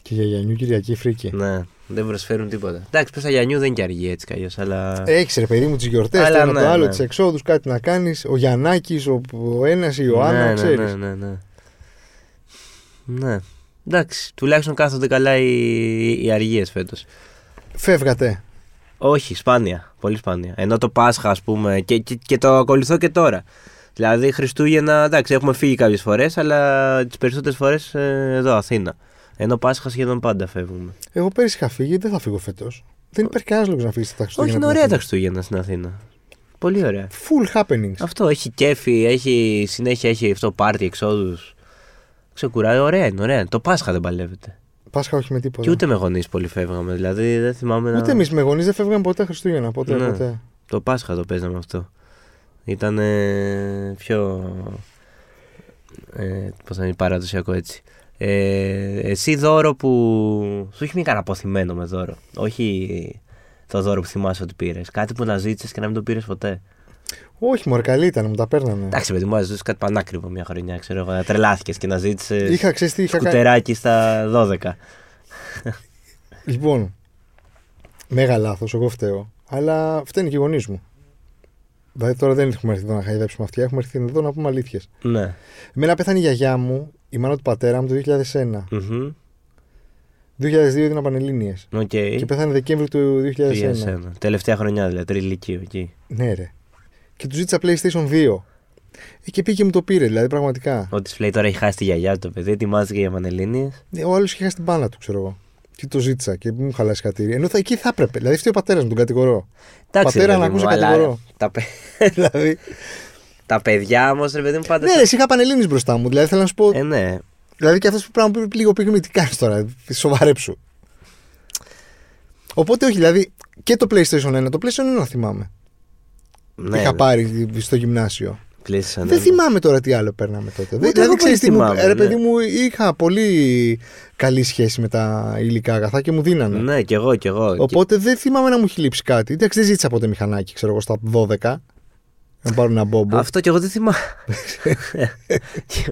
[SPEAKER 1] και για Αγιανιού Κυριακή φρίκη.
[SPEAKER 2] Ναι, δεν προσφέρουν τίποτα. Εντάξει, πες Αγιανιού δεν είναι και αργή έτσι κι αλλιώς, αλλά.
[SPEAKER 1] Έχεις ρε παιδί μου τις γιορτές,
[SPEAKER 2] Αλλά
[SPEAKER 1] το ένα
[SPEAKER 2] ναι,
[SPEAKER 1] το άλλο,
[SPEAKER 2] ναι.
[SPEAKER 1] τις εξόδους, κάτι να κάνεις. Ο Γιαννάκης, ο, ο ένας η Ιωάννα,
[SPEAKER 2] ναι,
[SPEAKER 1] ξέρεις.
[SPEAKER 2] Ναι, ναι, ναι. ναι. Εντάξει, τουλάχιστον κάθονται καλά οι, οι αργίες φέτος.
[SPEAKER 1] Φεύγατε.
[SPEAKER 2] Όχι, σπάνια. Πολύ σπάνια. Ενώ το Πάσχα, ας πούμε, και, και, και το ακολουθώ και τώρα. Δηλαδή, Χριστούγεννα, εντάξει, έχουμε φύγει κάποιες φορές, αλλά τις περισσότερες φορές ε, εδώ, Αθήνα. Ενώ Πάσχα σχεδόν πάντα φεύγουμε.
[SPEAKER 1] Εγώ πέρυσι είχα φύγει, δεν θα φύγω φέτος. Δεν υπάρχει κανένας λόγος να φύγεις τα
[SPEAKER 2] Όχι,
[SPEAKER 1] Χριστούγεννα.
[SPEAKER 2] είναι ωραία τα Χριστούγεννα στην Αθήνα. Πολύ ωραία.
[SPEAKER 1] Full happenings.
[SPEAKER 2] Αυτό έχει κέφι, έχει συνέχεια έχει αυτό πάρτι εξόδους. Ξεκουράει, ωραία είναι, ωραία. είναι. Το Πάσχα δεν παλεύεται.
[SPEAKER 1] Πάσχα όχι με τίποτα.
[SPEAKER 2] Και ούτε με γονείς πολύ φεύγαμε. Δηλαδή δεν θυμάμαι να.
[SPEAKER 1] ούτε εμείς με γονείς δεν φεύγαμε ποτέ Χριστούγεννα. Ποτέ,
[SPEAKER 2] Ναι.
[SPEAKER 1] ποτέ.
[SPEAKER 2] Το Πάσχα το παίζαμε αυτό. Ήταν πιο. Ε, Πώς να είναι παραδοσιακό έτσι. Ε, εσύ δώρο που. Σου είχε μείνει κανένα αποθυμένο με δώρο. Όχι το δώρο που θυμάσαι ότι πήρες. Κάτι που να ζήτησες και να μην το πήρες ποτέ.
[SPEAKER 1] Όχι, μωρέ, καλή ήταν, μου τα παίρνανε.
[SPEAKER 2] Εντάξει, παιδί μου, ας ζούσε κάτι πανάκριβο μια χρονιά. Ξέρω εγώ, να τρελάθηκες και να ζήτησες.
[SPEAKER 1] Είχα ξέρεις τι είχα κάνει.
[SPEAKER 2] Σκουτεράκι στα 12.
[SPEAKER 1] Λοιπόν, μέγα λάθος, εγώ φταίω. Αλλά φταίνουν και οι γονείς μου. Δηλαδή τώρα δεν έχουμε έρθει εδώ να χαϊδέψουμε αυτιά, έχουμε έρθει εδώ να πούμε αλήθειες.
[SPEAKER 2] Ναι.
[SPEAKER 1] Εμένα πέθανε η γιαγιά μου, η μάνα του πατέρα μου το 2001.
[SPEAKER 2] Μμμ.
[SPEAKER 1] 2002 ήταν Πανελλήνιες.
[SPEAKER 2] Οκ.
[SPEAKER 1] Και πέθανε Δεκέμβρη του 2001.
[SPEAKER 2] 2001. Τελευταία χρονιά δηλαδή, τριλικείο εκεί.
[SPEAKER 1] Ναι, ρε. Και του ζήτησα PlayStation 2. Ε, και πήγε και μου το πήρε, δηλαδή πραγματικά.
[SPEAKER 2] Ότι σου λέει τώρα έχει χάσει τη γιαγιά του το παιδί, ετοιμάζεται για Μανελίνη.
[SPEAKER 1] Ε, Ο άλλος είχε χάσει την μπάλα του, ξέρω εγώ. Και το ζήτησα και μου χαλάσει κατήρι. Ενώ θα, εκεί θα έπρεπε. Δηλαδή φταίει ο πατέρας μου, τον κατηγορώ. Πατέρα, να ακούσει κατηγορώ.
[SPEAKER 2] Τα, παι-
[SPEAKER 1] δηλαδή.
[SPEAKER 2] τα παιδιά όμως, ρε παιδί μου, πάντα.
[SPEAKER 1] ναι, ρε, εσύ είχα Πανελλήνιες μπροστά μου. Δηλαδή θέλω να σου πω.
[SPEAKER 2] Ε, ναι.
[SPEAKER 1] Δηλαδή και αυτός που πράγμα πρέπει λίγο πήγαινε τι κάνεις τώρα, σοβαρέψου. Οπότε όχι, δηλαδή και το PlayStation 1, το PlayStation 1 θυμάμαι.
[SPEAKER 2] ναι,
[SPEAKER 1] είχα
[SPEAKER 2] ναι.
[SPEAKER 1] πάρει στο γυμνάσιο.
[SPEAKER 2] Πλήσανε,
[SPEAKER 1] δεν
[SPEAKER 2] ναι.
[SPEAKER 1] θυμάμαι τώρα τι άλλο παίρναμε τότε. Δεν- δηλαδή,
[SPEAKER 2] εγώ
[SPEAKER 1] ξέρεις
[SPEAKER 2] πολύ
[SPEAKER 1] τι μου,
[SPEAKER 2] θυμάμαι,
[SPEAKER 1] ε, ρε
[SPEAKER 2] ναι.
[SPEAKER 1] παιδί μου, είχα πολύ καλή σχέση με τα υλικά αγαθά και μου δίνανε.
[SPEAKER 2] Ναι, κι εγώ, κι εγώ.
[SPEAKER 1] Οπότε δεν θυμάμαι να μου έχει λείψει κάτι. Εντάξει, δεν ζήτησα ποτέ μηχανάκι, ξέρω εγώ, στα 12. Να πάρω ένα
[SPEAKER 2] Και-
[SPEAKER 1] μπόμπο.
[SPEAKER 2] Αυτό κι εγώ δεν θυμάμαι. Κι-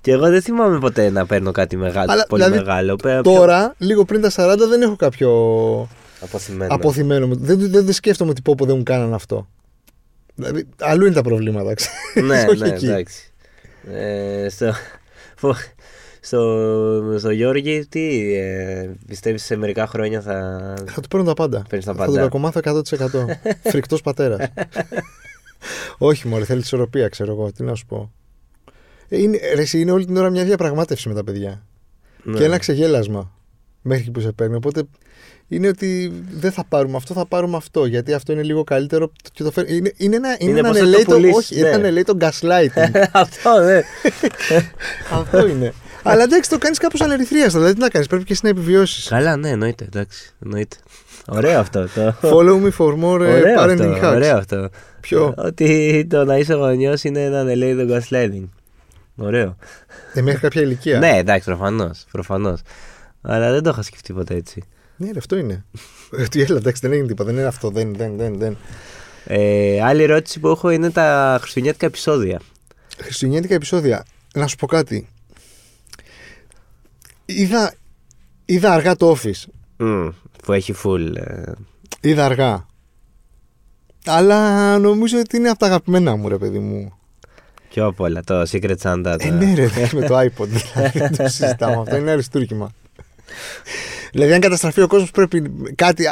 [SPEAKER 2] κι εγώ δεν θυμάμαι ποτέ να παίρνω κάτι μεγάλο,
[SPEAKER 1] Αλλά,
[SPEAKER 2] πολύ
[SPEAKER 1] δηλαδή,
[SPEAKER 2] μεγάλο. Πε-
[SPEAKER 1] Τώρα, λίγο πριν τα 40, δεν έχω κάποιο
[SPEAKER 2] πιο Αποθυμένο.
[SPEAKER 1] αποθυμένο. μου. Δεν, δεν, δεν σκέφτομαι ότι πω πω δεν μου κάνανε αυτό. Δηλαδή, αλλού είναι τα προβλήματα, ξέρεις,
[SPEAKER 2] ναι,
[SPEAKER 1] όχι
[SPEAKER 2] ναι,
[SPEAKER 1] εκεί.
[SPEAKER 2] εντάξει. Ε, στο, φο- στο, στο Γιώργη, τι ε, πιστεύεις σε μερικά χρόνια θα...
[SPEAKER 1] Θα του παίρνω τα πάντα.
[SPEAKER 2] Παίρνεις τα
[SPEAKER 1] Θα τον
[SPEAKER 2] πάντα.
[SPEAKER 1] κακομάθω 100%. Φρικτός πατέρας. Όχι, μωρέ, θέλεις ισορροπία, ξέρω εγώ. Τι να σου πω. Ε, Είναι, ρε, εσύ, είναι όλη την ώρα μια διαπραγμάτευση με τα παιδιά.
[SPEAKER 2] Ναι.
[SPEAKER 1] Και ένα ξεγέλασμα μέχρι που σε παίρνει. Οπότε είναι ότι δεν θα πάρουμε αυτό, θα πάρουμε αυτό. Γιατί αυτό είναι λίγο καλύτερο. Και το φέρ- είναι, είναι ένα, είναι
[SPEAKER 2] Είναι
[SPEAKER 1] ένα
[SPEAKER 2] πώς θα το
[SPEAKER 1] ανελαίτο-
[SPEAKER 2] πουλήσεις,
[SPEAKER 1] όχι,
[SPEAKER 2] ναι.
[SPEAKER 1] είναι ένα ανελαίτο gaslighting.
[SPEAKER 2] Αυτό, ναι.
[SPEAKER 1] αυτό είναι. Αλλά εντάξει, το κάνεις κάπως ανερυθρίαστα. Δηλαδή, τι να κάνεις, πρέπει και εσύ να επιβιώσεις.
[SPEAKER 2] Καλά, ναι, εννοείται, εντάξει, εννοείται. Ωραίο αυτό. Το...
[SPEAKER 1] Follow me for more ε,
[SPEAKER 2] ωραίο
[SPEAKER 1] parenting
[SPEAKER 2] αυτό,
[SPEAKER 1] hacks.
[SPEAKER 2] ωραίο αυτό.
[SPEAKER 1] Ποιο?
[SPEAKER 2] Ότι το να είσαι γονιός είναι ένα ανελέητο gaslighting. Ωραίο.
[SPEAKER 1] Ε, μέχρι κάποια ηλικία.
[SPEAKER 2] Ναι, εντάξει, προφανώς, προφανώς. Αλλά δεν το είχα σκεφτεί ποτέ έτσι.
[SPEAKER 1] Ναι, ρε, αυτό είναι. Ε, Ότι έλα, εντάξει, δεν έγινε τίποτα. Δεν είναι αυτό. Δεν, δεν, δεν, δεν.
[SPEAKER 2] Ε, άλλη ερώτηση που έχω είναι τα χριστουγεννιάτικα επεισόδια.
[SPEAKER 1] Χριστουγεννιάτικα επεισόδια. Να σου πω κάτι. Είδα, είδα αργά το office.
[SPEAKER 2] Μμμ,
[SPEAKER 1] Mm.
[SPEAKER 2] που έχει full. ε,
[SPEAKER 1] Είδα αργά. Αλλά νομίζω ότι είναι από τα αγαπημένα μου, ρε παιδί μου.
[SPEAKER 2] Πιο απ' όλα, το Secret Santa.
[SPEAKER 1] Ε,
[SPEAKER 2] το-
[SPEAKER 1] ναι, ρε, με το iPod. Δηλαδή, δεν το συζητάμε αυτό. Είναι αριστούργημα. δηλαδή, αν καταστραφεί ο κόσμος, πρέπει κάτι.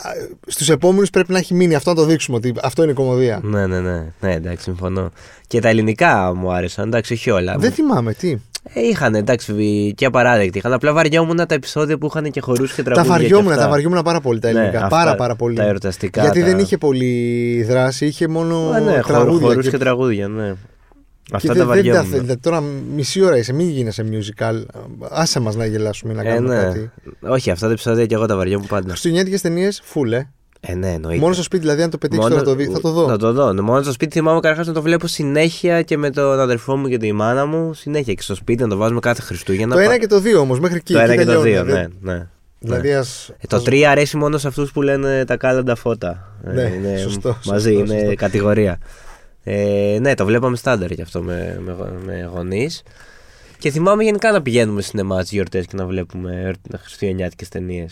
[SPEAKER 1] Στους επόμενους πρέπει να έχει μείνει. Αυτό να το δείξουμε ότι αυτό είναι κομμωδία.
[SPEAKER 2] ναι, ναι, ναι, ναι, εντάξει, συμφωνώ. Και τα ελληνικά μου άρεσαν, εντάξει, όχι όλα.
[SPEAKER 1] Δεν θυμάμαι τι.
[SPEAKER 2] Ε, είχαν, εντάξει, και απαράδεκτη. Είχαν απλά βαριόμουν τα επεισόδια που είχαν και χορούς
[SPEAKER 1] Τα
[SPEAKER 2] και τραγούδια. και
[SPEAKER 1] βαριόμουν,
[SPEAKER 2] αυτά.
[SPEAKER 1] τα βαριόμουν πάρα πολύ τα
[SPEAKER 2] Ναι,
[SPEAKER 1] ελληνικά.
[SPEAKER 2] αυτά,
[SPEAKER 1] πάρα πάρα πολύ.
[SPEAKER 2] Τα εορταστικά.
[SPEAKER 1] Γιατί
[SPEAKER 2] τα-
[SPEAKER 1] δεν είχε πολύ δράση, είχε μόνο
[SPEAKER 2] Ε, ναι, χορού-
[SPEAKER 1] τραγούδια.
[SPEAKER 2] χορούς
[SPEAKER 1] και-
[SPEAKER 2] και τραγούδια, ναι. Αυτά
[SPEAKER 1] και
[SPEAKER 2] τα
[SPEAKER 1] δεν- δεν
[SPEAKER 2] βαριόμουν.
[SPEAKER 1] θέλ- Τώρα μισή ώρα είσαι, μην γίνεσαι musical. Άσε μας να γελάσουμε να
[SPEAKER 2] Ε,
[SPEAKER 1] κάνουμε
[SPEAKER 2] ναι.
[SPEAKER 1] κάτι.
[SPEAKER 2] Όχι, αυτά τα επεισόδια και εγώ τα βαριόμουν πάντα.
[SPEAKER 1] Χριστουγεννιάτικες ταινίες, φούλε.
[SPEAKER 2] Ε, ναι, εννοείται.
[SPEAKER 1] Μόνο στο σπίτι, δηλαδή, αν το πετύχεις τώρα το δει, θα το δω.
[SPEAKER 2] Να το δω. Ναι, Μόνο στο σπίτι θυμάμαι καταρχάς να το βλέπω συνέχεια και με τον αδερφό μου και τη μάνα μου. Συνέχεια και στο σπίτι να το βάζουμε κάθε Χριστούγεννα.
[SPEAKER 1] Το
[SPEAKER 2] Πα-
[SPEAKER 1] ένα και το δύο όμως, μέχρι εκεί.
[SPEAKER 2] το
[SPEAKER 1] εκεί
[SPEAKER 2] ένα και το
[SPEAKER 1] τελειώνει,
[SPEAKER 2] δύο.
[SPEAKER 1] δε-
[SPEAKER 2] Ναι, ναι.
[SPEAKER 1] Δηλαδή, ας-
[SPEAKER 2] Ε, Το
[SPEAKER 1] ας-
[SPEAKER 2] τρία αρέσει μόνο σε αυτούς που λένε τα κάλαντα φώτα. Ε,
[SPEAKER 1] Ναι,
[SPEAKER 2] είναι
[SPEAKER 1] σωστό,
[SPEAKER 2] Μαζί,
[SPEAKER 1] σωστό,
[SPEAKER 2] είναι
[SPEAKER 1] σωστό.
[SPEAKER 2] κατηγορία. Ε, ναι, το βλέπαμε στάνταρ και αυτό με, με, γο- με γονείς. Και θυμάμαι γενικά να πηγαίνουμε σινεμάς τις γιορτές και να βλέπουμε χριστουγεννιάτικες ταινίες.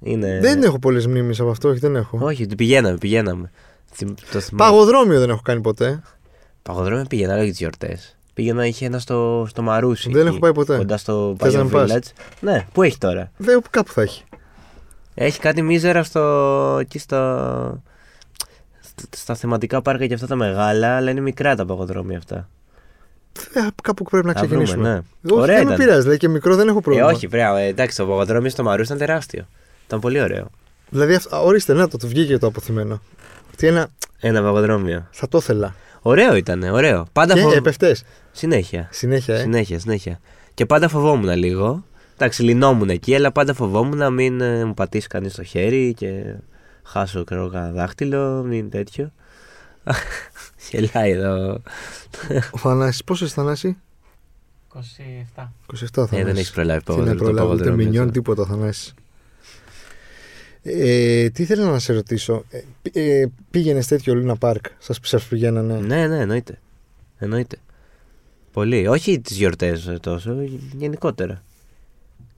[SPEAKER 2] Είναι...
[SPEAKER 1] Δεν έχω πολλές μνήμες από αυτό, όχι, δεν έχω.
[SPEAKER 2] Ε, ναι. Όχι, πηγαίναμε, πηγαίναμε. Θυμ- Το θυμάμαι.
[SPEAKER 1] Παγοδρόμιο δεν έχω κάνει ποτέ.
[SPEAKER 2] Παγοδρόμιο πήγαινα, αλλά για τις γιορτές. Πήγαινα, είχε ένα στο, στο Μαρούσι.
[SPEAKER 1] Δεν
[SPEAKER 2] εκεί,
[SPEAKER 1] έχω πάει ποτέ.
[SPEAKER 2] Κοντά στο
[SPEAKER 1] Θες
[SPEAKER 2] παλιό
[SPEAKER 1] να πας?
[SPEAKER 2] Village. Ναι, πού έχει τώρα.
[SPEAKER 1] Δεν, κάπου θα έχει.
[SPEAKER 2] Έχει κάτι μίζερα στο. εκεί στο. στ- στα θεματικά πάρκα και αυτά τα μεγάλα, αλλά είναι μικρά τα παγοδρόμια αυτά.
[SPEAKER 1] Ε, κάπου πρέπει να
[SPEAKER 2] Θα βρούμε,
[SPEAKER 1] ξεκινήσουμε.
[SPEAKER 2] ναι.
[SPEAKER 1] Όχι,
[SPEAKER 2] Ωραία
[SPEAKER 1] δεν με
[SPEAKER 2] ήταν.
[SPEAKER 1] πειράζει, δηλαδή και μικρό δεν έχω
[SPEAKER 2] Ε,
[SPEAKER 1] πρόβλημα.
[SPEAKER 2] όχι, πρέπει. Εντάξει, το παγοδρόμιο στο Μαρού ήταν τεράστιο. Ήταν πολύ ωραίο.
[SPEAKER 1] Δηλαδή, αυ- α, ορίστε, να το, το βγήκε το αποθυμένο. Τι ένα,
[SPEAKER 2] Ένα παγοδρόμιο.
[SPEAKER 1] θα το ήθελα.
[SPEAKER 2] Ωραίο ήταν, ε, ωραίο. Πάντα
[SPEAKER 1] Και
[SPEAKER 2] φοβ-
[SPEAKER 1] επευτέ.
[SPEAKER 2] Συνέχεια.
[SPEAKER 1] Συνέχεια, ε.
[SPEAKER 2] Συνέχεια, συνέχεια. Και πάντα φοβόμουν λίγο. Εντάξει, λυνόμουν εκεί, αλλά πάντα φοβόμουν να μην ε, μου πατήσει κανείς το χέρι και χάσω ξέρω, κανένα δάχτυλο, μην τέτοιο. Γελάει εδώ.
[SPEAKER 1] Ο Θανάσης, πόσο είσαι Θανάση?
[SPEAKER 3] 27.
[SPEAKER 1] 27 Θανάση.
[SPEAKER 2] Ε, δεν έχεις προλάβει
[SPEAKER 1] Τι να
[SPEAKER 2] παγόδρομο.
[SPEAKER 1] προλάβω, ούτε μηνιών, τίποτα Θανάση. Ε, τι ήθελα να σε ρωτήσω. Ε, π- ε, πήγαινες τέτοιο Λούνα Πάρκ. Σας, σας πηγαίνανε.
[SPEAKER 2] Ναι, ναι, εννοείται. Εννοείται. Πολύ. Όχι τις γιορτές τόσο, γενικότερα.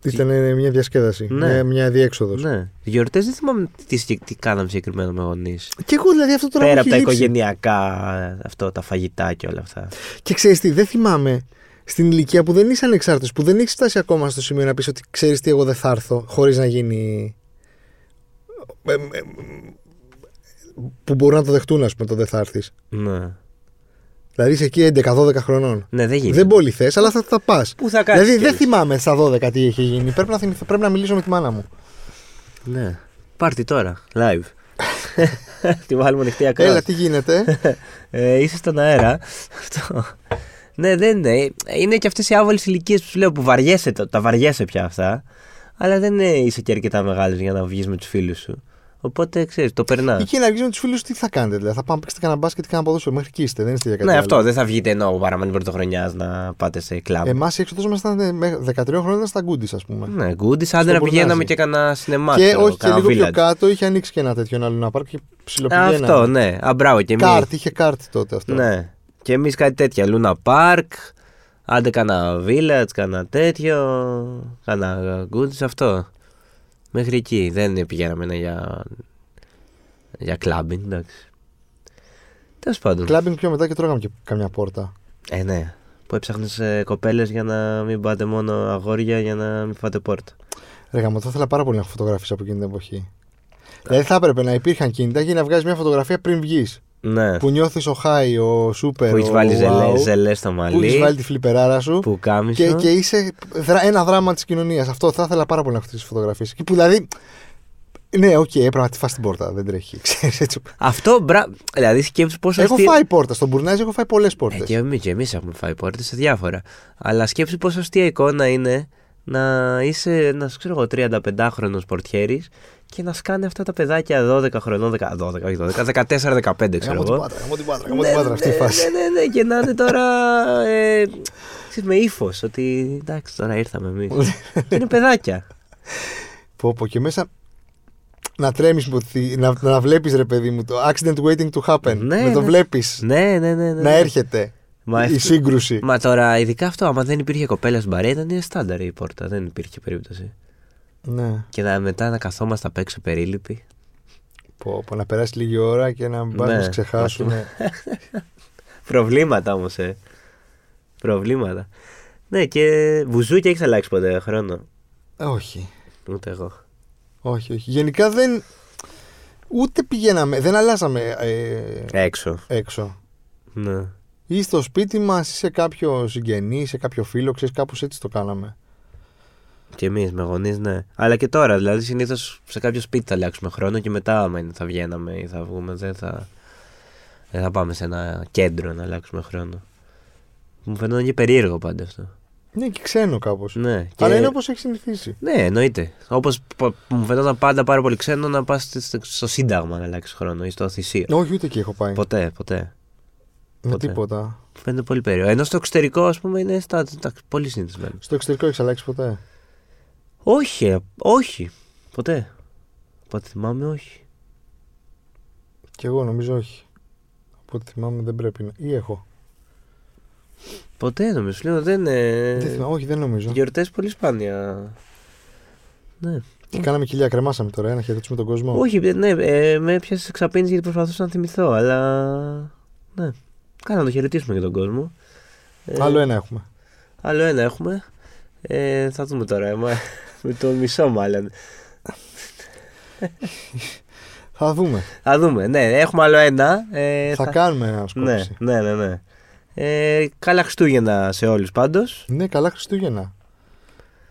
[SPEAKER 1] Ήταν ε, μια διασκέδαση.
[SPEAKER 2] Ναι.
[SPEAKER 1] Μια, μια διέξοδος.
[SPEAKER 2] Ναι. Τι γιορτές δεν θυμάμαι τι, συγκεκ- τι κάναμε συγκεκριμένα με γονείς.
[SPEAKER 1] Και εγώ δηλαδή αυτό τώρα
[SPEAKER 2] Πέρα
[SPEAKER 1] μου
[SPEAKER 2] από
[SPEAKER 1] έχει
[SPEAKER 2] τα
[SPEAKER 1] λείψει.
[SPEAKER 2] οικογενειακά, ε, αυτό, τα φαγητά και όλα αυτά.
[SPEAKER 1] Και ξέρεις τι, δεν θυμάμαι στην ηλικία που δεν είσαι ανεξάρτητος, που δεν έχεις φτάσει ακόμα στο σημείο να πεις ότι ξέρεις τι, εγώ δεν θα έρθω, χωρίς να γίνει. ε, ε, ε, που μπορούν να το δεχτούν, ας πούμε, το δεν θα έρθεις.
[SPEAKER 2] Ναι.
[SPEAKER 1] Δηλαδή είσαι εκεί 11-12 χρονών.
[SPEAKER 2] Ναι, δεν γίνεται.
[SPEAKER 1] Δεν πολύ θε, αλλά θα τα πας.
[SPEAKER 2] Πού θα κάτσεις
[SPEAKER 1] Δηλαδή δεν
[SPEAKER 2] κιόλας.
[SPEAKER 1] θυμάμαι στα 12 τι έχει γίνει. Πρέπει να, θυμηθώ- πρέπει να μιλήσω με τη μάνα μου.
[SPEAKER 2] Ναι. Πάρτι τώρα, live. Τη βάλουμε ανοιχτή ακρόαση.
[SPEAKER 1] Έλα, τι γίνεται.
[SPEAKER 2] Ε, είσαι στον αέρα. Αυτό. ναι, δεν είναι. Είναι και αυτές οι άβολες ηλικίες που σου λέω που βαριέσαι, τα, τα βαριέσαι πια αυτά. Αλλά δεν ε, είσαι και αρκετά μεγάλος για να βγεις με τους φίλους σου. Οπότε ξέρεις, το περνάς.
[SPEAKER 1] Εκεί να αρχίσει με τους φίλους τι θα κάνετε. Δηλαδή θα πάμε παίξετε κανένα μπάσκετ και κανένα ποδόσφαιρο. Μέχρι εκεί είστε, δεν είστε για κάτι.
[SPEAKER 2] Ναι,
[SPEAKER 1] άλλο.
[SPEAKER 2] αυτό. Δεν θα βγείτε ενώ παραμένει πρωτοχρονιάς να πάτε σε κλαμπ.
[SPEAKER 1] Εμάς η έξοδο μα ήταν ε, μέχρι 13 χρόνια ήταν στα γκούντι, ας πούμε.
[SPEAKER 2] ναι, γκούντι, άντε
[SPEAKER 1] στο
[SPEAKER 2] να
[SPEAKER 1] Μπουρνάζι.
[SPEAKER 2] πηγαίναμε και κανένα σινεμά.
[SPEAKER 1] και
[SPEAKER 2] ξέρω,
[SPEAKER 1] όχι και
[SPEAKER 2] κανένα
[SPEAKER 1] λίγο πιο
[SPEAKER 2] village.
[SPEAKER 1] κάτω είχε ανοίξει και ένα τέτοιο ένα Λούνα Πάρκ και
[SPEAKER 2] Α,
[SPEAKER 1] ψιλοπηγαίνανε.
[SPEAKER 2] Αυτό, ναι. Α, μπράβο και εμείς.
[SPEAKER 1] Κάρτ, είχε κάρτ τότε αυτό.
[SPEAKER 2] Ναι. Και εμείς κάτι τέτοια. Λούνα Πάρκ. Άντε κανένα village, κανένα τέτοιο. Κανένα goods, αυτό. Μέχρι εκεί. Δεν πηγαίναμε ναι, για. για κλαμπινγκ, εντάξει. Τέλος πάντων.
[SPEAKER 1] Κλάμπινγκ πιο μετά και τρώγαμε και καμιά πόρτα.
[SPEAKER 2] Ε, ναι. Που έψαχνες κοπέλες για να μην πάτε μόνο αγόρια για να μην φάτε πόρτα.
[SPEAKER 1] Ρε γαμώ, θα ήθελα πάρα πολύ να έχω φωτογραφίε από εκείνη την εποχή. Δηλαδή θα έπρεπε να υπήρχαν κινητά και να βγάζεις μια φωτογραφία πριν βγεις.
[SPEAKER 2] Ναι.
[SPEAKER 1] Που νιώθεις ο Χάι, ο Σούπερ.
[SPEAKER 2] Που έχεις βάλει
[SPEAKER 1] ο
[SPEAKER 2] ζελέ,
[SPEAKER 1] wow,
[SPEAKER 2] ζελές στο
[SPEAKER 1] Που έχεις βάλει
[SPEAKER 2] μαλλί.
[SPEAKER 1] τη φλιπεράρα σου.
[SPEAKER 2] Που κάμισο.
[SPEAKER 1] Και, και είσαι δρα- ένα δράμα της κοινωνίας. Αυτό θα ήθελα πάρα πολύ να έχω τις φωτογραφίες. Και που δηλαδή. Ναι, οκ, έπρεπε να τη φας την πόρτα. Δεν τρέχει. Ξέρεις, έτσι.
[SPEAKER 2] Αυτό μπρα. Δηλαδή σκέψου πόσο.
[SPEAKER 1] Έχω
[SPEAKER 2] αστείο-
[SPEAKER 1] φάει πόρτα. Στον Μπουρνάζι έχω φάει πολλές πόρτε.
[SPEAKER 2] Ε, και εμείς και εμείς έχουμε φάει πόρτες σε διάφορα. Αλλά σκέψου πόσο αστεία εικόνα είναι να είσαι ένα 35χρονο πορτιέρης και να σκάνε αυτά τα παιδάκια 12 χρονών, 10, 12, όχι 12, 14-15 ξέρω
[SPEAKER 1] Γαμώ την
[SPEAKER 2] εγώ.
[SPEAKER 1] πάτρα, γαμώ την πάτρα, γαμώ την πάτρα αυτή η φάση.
[SPEAKER 2] ναι, ναι, ναι, και να είναι τώρα. Ε, ξέρεις, με ύφος ότι εντάξει, τώρα ήρθαμε εμείς. είναι παιδάκια.
[SPEAKER 1] Πω, πω, και μέσα να τρέμεις, που θυ- να, να βλέπεις ρε παιδί μου το accident waiting to happen.
[SPEAKER 2] Ναι,
[SPEAKER 1] να το
[SPEAKER 2] ναι.
[SPEAKER 1] βλέπεις
[SPEAKER 2] ναι, ναι, ναι. ναι.
[SPEAKER 1] να έρχεται
[SPEAKER 2] Μα
[SPEAKER 1] η
[SPEAKER 2] αυτό-
[SPEAKER 1] σύγκρουση.
[SPEAKER 2] Μα τώρα, ειδικά αυτό, άμα δεν υπήρχε κοπέλας στην παρέα, ήταν στάνταρ η πόρτα. Δεν υπήρχε περίπτωση.
[SPEAKER 1] Ναι,
[SPEAKER 2] Και να, μετά να καθόμαστε απ' έξω περίληπτοι.
[SPEAKER 1] πω, πω, να περάσει λίγη ώρα και να μην
[SPEAKER 2] Ναι,
[SPEAKER 1] ναι, ξεχάσουν.
[SPEAKER 2] Προβλήματα όμως, ε. Προβλήματα. Ναι, και βουζούκια έχεις αλλάξει ποτέ χρόνο.
[SPEAKER 1] Ε, όχι,
[SPEAKER 2] Ούτε εγώ.
[SPEAKER 1] όχι, όχι. Γενικά δεν... Ούτε πηγαίναμε, δεν αλλάζαμε ε,
[SPEAKER 2] Έξω.
[SPEAKER 1] έξω.
[SPEAKER 2] Ναι.
[SPEAKER 1] Ή στο σπίτι μας, ή σε κάποιο συγγενή, ή σε κάποιο φίλο, ξέρεις, κάπως έτσι το κάναμε.
[SPEAKER 2] Και εμείς με γονείς, ναι. Αλλά και τώρα, δηλαδή συνήθως σε κάποιο σπίτι θα αλλάξουμε χρόνο και μετά άμα είναι, θα βγαίναμε ή θα βγούμε. Δεν θα. Δεν θα πάμε σε ένα κέντρο να αλλάξουμε χρόνο. Μου φαινόταν και περίεργο πάντα αυτό.
[SPEAKER 1] Ναι, και ξένο κάπως.
[SPEAKER 2] Ναι, και...
[SPEAKER 1] Αλλά είναι όπως έχει συνηθίσει.
[SPEAKER 2] Ναι, εννοείται. Όπως μου φαινόταν πάντα πάρα πολύ ξένο να πας στο Σύνταγμα να αλλάξεις χρόνο ή στο Θησίο.
[SPEAKER 1] Ε, Όχι, ούτε εκεί έχω πάει.
[SPEAKER 2] Ποτέ, ποτέ.
[SPEAKER 1] Με
[SPEAKER 2] ποτέ.
[SPEAKER 1] τίποτα.
[SPEAKER 2] Μου Φαίνεται πολύ περίεργο. Ενώ στο εξωτερικό, ας πούμε, είναι στα, τα- πολύ συνηθισμένο.
[SPEAKER 1] Στο εξωτερικό έχεις αλλάξει ποτέ.
[SPEAKER 2] Όχι, ε, όχι. Ποτέ. Ποτέ θυμάμαι, όχι.
[SPEAKER 1] Κι εγώ νομίζω όχι. Από ό,τι θυμάμαι δεν πρέπει να. ή έχω.
[SPEAKER 2] Ποτέ νομίζω. Λέω, δεν. Ε...
[SPEAKER 1] Δεν θυμάμαι, όχι, δεν νομίζω.
[SPEAKER 2] Γιορτές πολύ σπάνια. Ναι.
[SPEAKER 1] Και κάναμε κοιλιά, κρεμάσαμε τώρα, ε, να χαιρετήσουμε τον κόσμο.
[SPEAKER 2] Όχι, ε, ναι, ε, με έπιασε εξαπίνηση γιατί προσπαθούσα να θυμηθώ, αλλά. Ναι. Κάνα να το χαιρετήσουμε και τον κόσμο. Ε,
[SPEAKER 1] Άλλο ένα έχουμε.
[SPEAKER 2] άλλο ένα έχουμε. Ε, θα δούμε τώρα. ε, μα- με το μισό μάλλον.
[SPEAKER 1] Θα δούμε.
[SPEAKER 2] Θα δούμε. Ναι, έχουμε άλλο ένα. Ε,
[SPEAKER 1] θα, κάνουμε ένα
[SPEAKER 2] Ναι,
[SPEAKER 1] σκόπιση.
[SPEAKER 2] ναι, ναι. ναι. Ε, καλά Χριστούγεννα σε όλους πάντως.
[SPEAKER 1] Ναι. καλά Χριστούγεννα.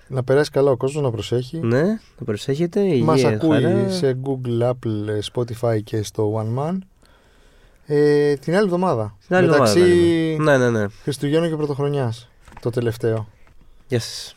[SPEAKER 1] Να περάσει καλά ο κόσμος, να προσέχει.
[SPEAKER 2] Ναι, να προσέχετε. Υγεία,
[SPEAKER 1] Μας ακούει
[SPEAKER 2] χαρά.
[SPEAKER 1] σε Google, Apple, Spotify και στο One Man. Ε, την άλλη εβδομάδα.
[SPEAKER 2] Την άλλη εβδομάδα
[SPEAKER 1] Μεταξύ
[SPEAKER 2] θα λέμε. Ναι, ναι, ναι.
[SPEAKER 1] Χριστουγέννων και Πρωτοχρονιάς. Το τελευταίο.
[SPEAKER 2] Γεια σας.